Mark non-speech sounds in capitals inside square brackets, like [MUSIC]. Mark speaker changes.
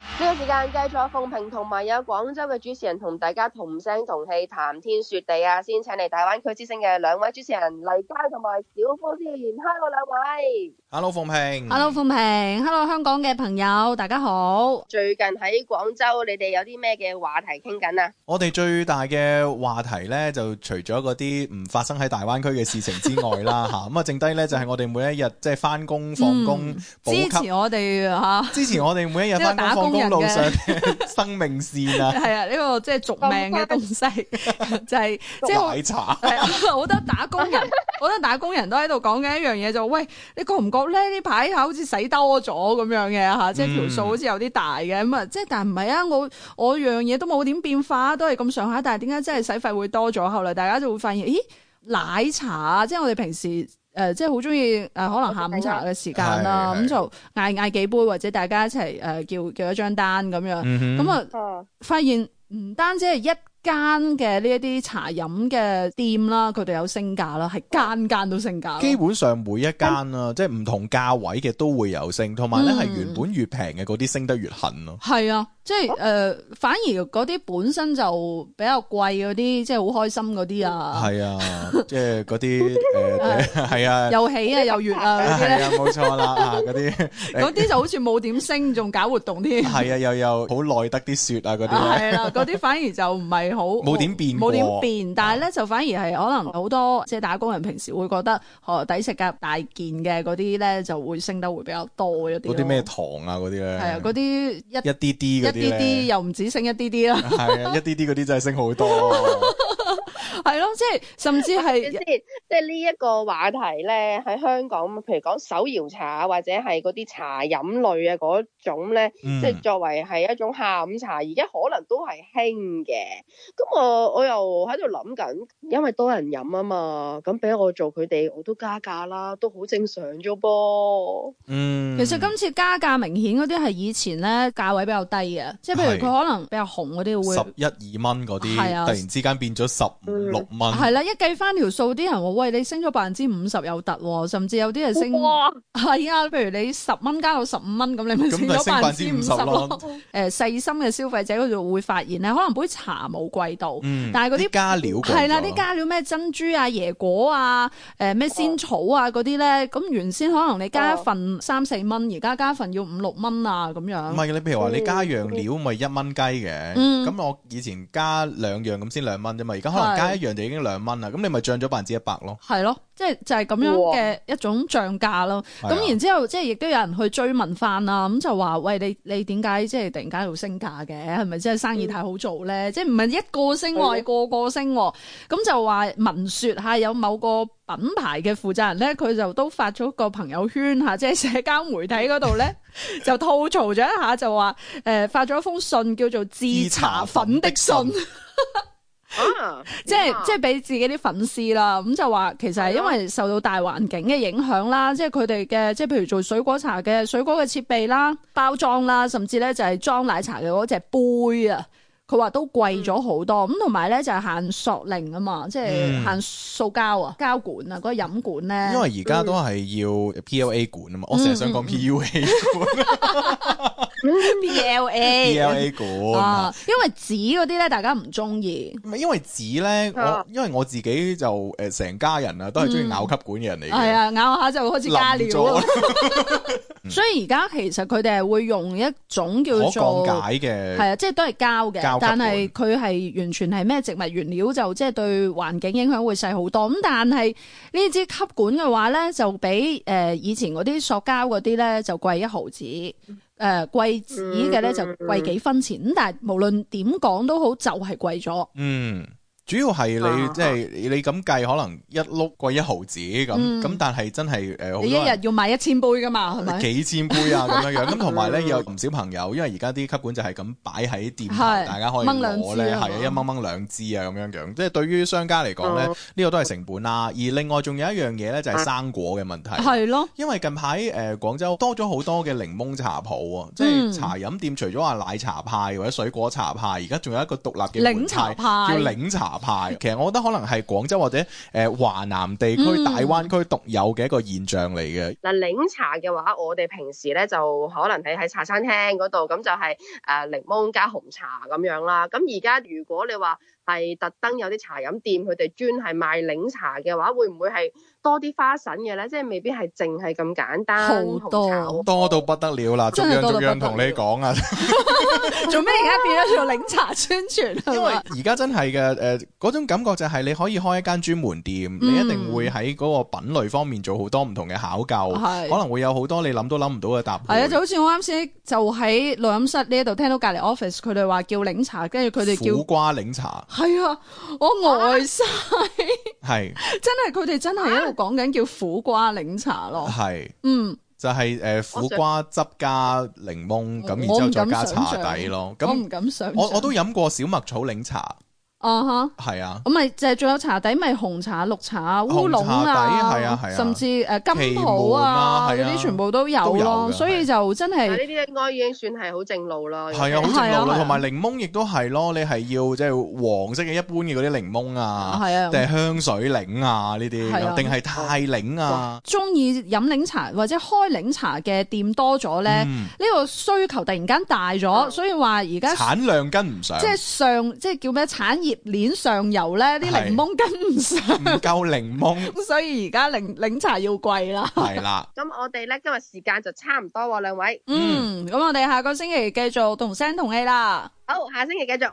Speaker 1: 呢個時間繼續有鳳平同埋有廣州嘅主持人同大家同聲同氣談天說地啊！先請嚟大灣區之聲嘅兩位主持人黎佳同埋小夫先，hello 兩位。
Speaker 2: Hello，鳳平。
Speaker 3: Hello，鳳平，Hello，香港嘅朋友，大家好。
Speaker 1: 最近喺廣州，你哋有啲咩嘅話題傾緊啊？
Speaker 2: 我哋最大嘅話題呢，就除咗嗰啲唔發生喺大灣區嘅事情之外
Speaker 3: [LAUGHS]
Speaker 2: 啦，吓咁啊，剩低呢，就係我哋每一日即係翻
Speaker 3: 嗯
Speaker 2: 工放工
Speaker 3: 支
Speaker 2: 補
Speaker 3: 持
Speaker 2: 給。
Speaker 3: 我哋啊吓，
Speaker 2: 支持我哋每一日翻工放工路上嘅 [LAUGHS] 生命線啊，
Speaker 3: [LAUGHS] 係啊，呢個即係續命嘅東西， [LAUGHS] 就係 [LAUGHS] 即係我
Speaker 2: 奶茶。
Speaker 3: 係啊， [LAUGHS] 好多打
Speaker 2: [LAUGHS]
Speaker 3: 工人，好多打工人都喺度講緊一樣嘢，就喂，你覺唔覺咧？呢排好似使多咗咁樣嘅
Speaker 2: 嗯
Speaker 3: 吓，即係條數好似有啲大嘅咁啊！即係但唔係啊，我我樣嘢都冇點變化，都係咁上下，但係點解真係使費會多咗？後來大家就會發現，咦，奶茶啊即係我哋平時。誒、即係好中意誒，可能下午茶嘅時間啦，
Speaker 2: 係係
Speaker 3: 咁就嗌嗌幾杯或者大家一齊誒、呃叫叫一張單咁樣，
Speaker 2: 嗯
Speaker 3: 咁
Speaker 2: 哼
Speaker 3: 啊、
Speaker 1: 嗯，
Speaker 3: 發現唔單止係一間嘅呢一啲茶飲嘅店啦，佢哋有升價啦，係間間都升價
Speaker 2: 基
Speaker 3: 咯。
Speaker 2: 本上每一間啦，即係唔同價位嘅都會有升，同埋呢
Speaker 3: 嗯
Speaker 2: 係原本越平嘅嗰啲升得越狠咯。
Speaker 3: 係啊，即
Speaker 2: 哦
Speaker 3: 係誒、呃反而嗰啲本身就比較貴嗰啲，即係好開心嗰啲啊，
Speaker 2: 係啊，即係嗰啲
Speaker 3: [LAUGHS]
Speaker 2: 誒， [LAUGHS] 係啊，
Speaker 3: 又喜啊又月啊嗰
Speaker 2: [LAUGHS]
Speaker 3: 啲
Speaker 2: 係
Speaker 3: 咧，
Speaker 2: 啊，冇錯啦，啊嗰啲
Speaker 3: 嗰啲就好似冇點升，仲搞活動添。
Speaker 2: [LAUGHS] 係啊，又又好耐得啲雪啊嗰啲呢。
Speaker 3: 係啦，嗰啲反而就唔係好
Speaker 2: [LAUGHS] 冇點變過啊
Speaker 3: 冇點變，但係咧就反而係可能好多即係打工人平時會覺得哦抵食嘅大件嘅嗰啲咧就會升得會比較多一啲咯。
Speaker 2: 嗰啲咩糖啊嗰啲咧，
Speaker 3: 係啊，嗰啲一
Speaker 2: 嗯一啲啲
Speaker 3: 一
Speaker 2: 嗰啲
Speaker 3: 啲啲
Speaker 2: 咧，
Speaker 3: 又唔止升一啲啲啦， [LAUGHS]
Speaker 2: 係啊，一啲啲嗰啲真係升好多，
Speaker 3: 係咯，即係甚至
Speaker 1: [LAUGHS] 即
Speaker 3: 係
Speaker 1: 先，即係呢一個話題咧，喺香港，譬如講手搖茶或者係嗰啲茶飲類啊嗰種咧。
Speaker 2: 嗯
Speaker 1: 即係作為係一種下午茶，而家可能都係興嘅。咁我我又喺度諗緊，因為多人飲啊嘛，咁俾我做佢哋，我都加價啦，都好正常啫噃。
Speaker 2: 嗯
Speaker 3: 其實今次加價明顯嗰啲係以前咧價位比較低嘅，即係譬
Speaker 2: 係
Speaker 3: 如佢可能比較紅嗰啲
Speaker 2: 十
Speaker 3: 會。
Speaker 2: 一二蚊嗰啲，
Speaker 3: 係啊
Speaker 2: 突然之間變咗十五
Speaker 1: 嗯
Speaker 2: 六蚊，
Speaker 3: 係啦，一計翻條數，啲人話喂，你升咗百分之五十有突喎，甚至有啲係升
Speaker 1: 哇！
Speaker 3: 係啊，譬如你十蚊加到十五蚊，咁你咪
Speaker 2: 咁
Speaker 3: 升
Speaker 2: 咪
Speaker 3: 咗
Speaker 2: 升百
Speaker 3: 百分
Speaker 2: 分
Speaker 3: 之
Speaker 2: 之
Speaker 3: 五
Speaker 2: 五
Speaker 3: 十
Speaker 2: 十
Speaker 3: 咯
Speaker 2: 咯。。
Speaker 3: 誒細心嘅消費者佢就會發現咧，可能杯茶冇貴到，
Speaker 2: 嗯
Speaker 3: 但係嗰啲
Speaker 2: 啲加料貴咗
Speaker 3: 係啦，啲加料咩珍珠啊、椰果啊、誒咩仙草啊嗰啲咧，咁原先可能你加一份三四蚊，而家加一份要五六蚊啊咁
Speaker 2: 唔
Speaker 3: 樣。
Speaker 2: 係你譬如話你加樣料咪一蚊雞嘅，
Speaker 3: 嗯
Speaker 2: 咁我以前加兩樣咁先兩蚊啫嘛，而家可能加一樣就已經兩蚊啦，咁你咪漲咗百分之一百咯。
Speaker 3: 係咯，即係就係咁樣嘅一種漲價咯。
Speaker 2: 係啊
Speaker 3: 咁然之後，即係亦都有人去追問翻啦，咁就話：喂，你你點解即係突然間又升價嘅？係咪即係生意太好做咧？即係唔係一個升喎，係
Speaker 1: 係
Speaker 3: 個個升喎。咁就話聞説下有某個品牌嘅負責人咧，佢就都發咗個朋友圈嚇，即係社交媒體嗰 [LAUGHS] 度咧，就吐槽咗一下，就話誒、發咗一封信叫做致茶粉的信。
Speaker 1: 啊，
Speaker 3: 即係即係俾自己啲粉絲啦，咁就話其實係因為受到大環境嘅影響啦，即係佢哋嘅即係譬如做水果茶嘅水果嘅設備啦、包裝啦，甚至咧就係裝奶茶嘅嗰隻杯啊。佢話都貴咗好多，咁同埋咧就係限塑令啊嘛，即係
Speaker 2: 嗯
Speaker 3: 限塑膠啊、膠管啊、嗰個飲管咧。
Speaker 2: 因為而家都係要 PLA 管啊嘛，我成日想講 PUA 管
Speaker 3: B L A
Speaker 2: ，PLA 管。
Speaker 3: 啊，因為紙嗰啲咧大家唔中意，
Speaker 2: 唔係因為紙咧，
Speaker 1: 啊
Speaker 2: 我因為我自己就誒成、家人啊，都係中意咬吸管嘅人嚟
Speaker 3: 係
Speaker 2: 嘅，
Speaker 3: 啊，咬下就開始加
Speaker 2: 冧
Speaker 3: 料啊
Speaker 2: 咗。
Speaker 3: 所以而家其實佢哋係會用一種
Speaker 2: 可
Speaker 3: 叫做
Speaker 2: 降解嘅，
Speaker 3: 係啊，即係都係
Speaker 2: 膠
Speaker 3: 膠嘅
Speaker 2: 吸，
Speaker 3: 但係佢係完全係咩植物原料，就即係對環境影響會細好多。咁但係呢支吸管嘅話咧，就比誒、呃以前嗰啲塑膠嗰啲咧就貴一毫子，誒、呃、貴紙嘅咧就貴幾分錢。咁但係無論點講都好，就係貴咗。
Speaker 2: 嗯。主要係
Speaker 1: 啊
Speaker 2: 你即係你咁計，可能一碌貴一毫子咁，
Speaker 3: 嗯
Speaker 2: 咁、但係真係誒好
Speaker 3: 你一
Speaker 2: 多
Speaker 3: 日
Speaker 2: 人。
Speaker 3: 要買一千杯噶嘛，係
Speaker 2: [LAUGHS]
Speaker 3: 咪？
Speaker 2: 幾千杯啊咁
Speaker 3: [LAUGHS]
Speaker 2: 樣樣，咁同埋咧
Speaker 1: 嗯
Speaker 2: 有唔少朋友，因為而家啲吸管就係咁擺喺店頭，
Speaker 3: 係
Speaker 2: 大家可以
Speaker 3: 掹兩
Speaker 2: 攞
Speaker 3: 支
Speaker 2: 咧，
Speaker 3: 啊
Speaker 2: 係啊
Speaker 3: 嘛
Speaker 2: 一掹掹兩支啊咁樣樣，即係對於商家嚟講
Speaker 3: 哦
Speaker 2: 咧，呢、呢個都係成本啦。而另外仲有一樣嘢咧，就係生果嘅問題。
Speaker 3: 啊係咯，
Speaker 2: 因為近排誒、呃、廣州多咗好多嘅檸檬茶鋪啊，即
Speaker 3: 嗯
Speaker 2: 係茶飲店除咗話奶茶派或者水果茶派，而家仲有一個獨立嘅門
Speaker 3: 檸茶
Speaker 2: 派
Speaker 3: 派
Speaker 2: 叫檸茶派。其實我覺得可能係廣州或者誒華南地區、
Speaker 3: 嗯
Speaker 2: 大灣區獨有嘅一個現象嚟嘅。
Speaker 1: 嗱，檸茶嘅話，我哋平時咧就可能係喺茶餐廳嗰度，咁就係誒檸檬加紅茶咁樣啦。咁而家如果你話係特登有啲茶飲店，佢哋專係賣檸茶嘅話，會唔會係多啲花神嘅咧？即係未必係淨係咁簡單
Speaker 3: 好
Speaker 1: 紅
Speaker 3: 多
Speaker 1: 茶好
Speaker 2: 多到不得了啦，逐
Speaker 3: 真係
Speaker 2: 樣
Speaker 3: 多
Speaker 2: 逐
Speaker 3: 到不得了
Speaker 2: 樣同你講
Speaker 3: [LAUGHS]
Speaker 2: 啊，
Speaker 3: 做咩而家變咗做檸茶宣傳？
Speaker 2: 因為而家真係嘅誒嗰種感覺就係你可以開一間專門店，
Speaker 3: 嗯
Speaker 2: 你一定會喺嗰個品類方面做好多唔同嘅考究，
Speaker 3: 啊係
Speaker 2: 可能會有好多你諗都諗唔到嘅答案。
Speaker 3: 係啊，就好似我啱先就喺錄音室呢度聽到隔離 office 佢哋話叫檸茶，跟住佢哋
Speaker 2: 苦
Speaker 3: 叫
Speaker 2: 瓜檸茶
Speaker 3: 係啊，我呆晒， [LAUGHS]
Speaker 2: 係
Speaker 3: 真係佢哋真係一路講緊叫苦瓜檸茶咯。
Speaker 2: 係。
Speaker 3: 嗯，
Speaker 2: 就係誒苦瓜汁加檸檬，咁
Speaker 3: 我
Speaker 2: 然之後再
Speaker 3: 我
Speaker 2: 加
Speaker 3: 唔敢想像
Speaker 2: 茶底咯。
Speaker 3: 我
Speaker 2: 咁
Speaker 3: 唔敢想像。
Speaker 2: 我我都飲過小麥草檸茶，
Speaker 3: 啊哈。
Speaker 2: 係啊，
Speaker 3: 咁咪就係仲有茶底，咪紅茶、綠茶、烏
Speaker 2: 紅
Speaker 3: 龍
Speaker 2: 茶
Speaker 3: 啊
Speaker 2: 底係啊係啊
Speaker 3: 甚至誒
Speaker 2: 奇
Speaker 3: 金
Speaker 2: 門
Speaker 3: 浦
Speaker 2: 啊
Speaker 3: 啊
Speaker 2: 係
Speaker 3: 嗰
Speaker 2: 啊
Speaker 3: 啲全部都有
Speaker 2: 都有
Speaker 3: 咯，
Speaker 2: 㗎
Speaker 3: 所以
Speaker 2: 係
Speaker 3: 就真
Speaker 1: 但
Speaker 3: 係
Speaker 1: 呢啲應該已經算係好正路啦。
Speaker 2: 係啊，好正路
Speaker 3: 係啊係
Speaker 2: 啦。
Speaker 3: 啊
Speaker 2: 同埋檸檬亦都係咯，你係要即係黃色嘅一般嘅嗰啲檸檬啊，
Speaker 3: 係啊
Speaker 2: 定係香水檸啊呢
Speaker 3: 係
Speaker 2: 啲，
Speaker 3: 啊
Speaker 2: 定係泰檸啊，
Speaker 3: 中意飲檸茶或者開檸茶嘅店多咗咧，呢、
Speaker 2: 嗯
Speaker 3: 呢個需求突然間大咗，
Speaker 1: 嗯
Speaker 3: 所以話而家。
Speaker 2: 產量跟唔上
Speaker 3: 即，係上，即係叫咩產業鏈上游咧，啲
Speaker 2: 係
Speaker 3: 檸檬跟唔上， [LAUGHS]
Speaker 2: 唔夠檸檬
Speaker 3: 所以而家檸檸茶要貴啦。
Speaker 2: 係啦。
Speaker 1: 咁我哋咧今日時間就差唔多喎，兩位。
Speaker 3: 嗯嗯，咁我哋下個星期繼續同聲同氣啦。
Speaker 1: 好，下星期繼續。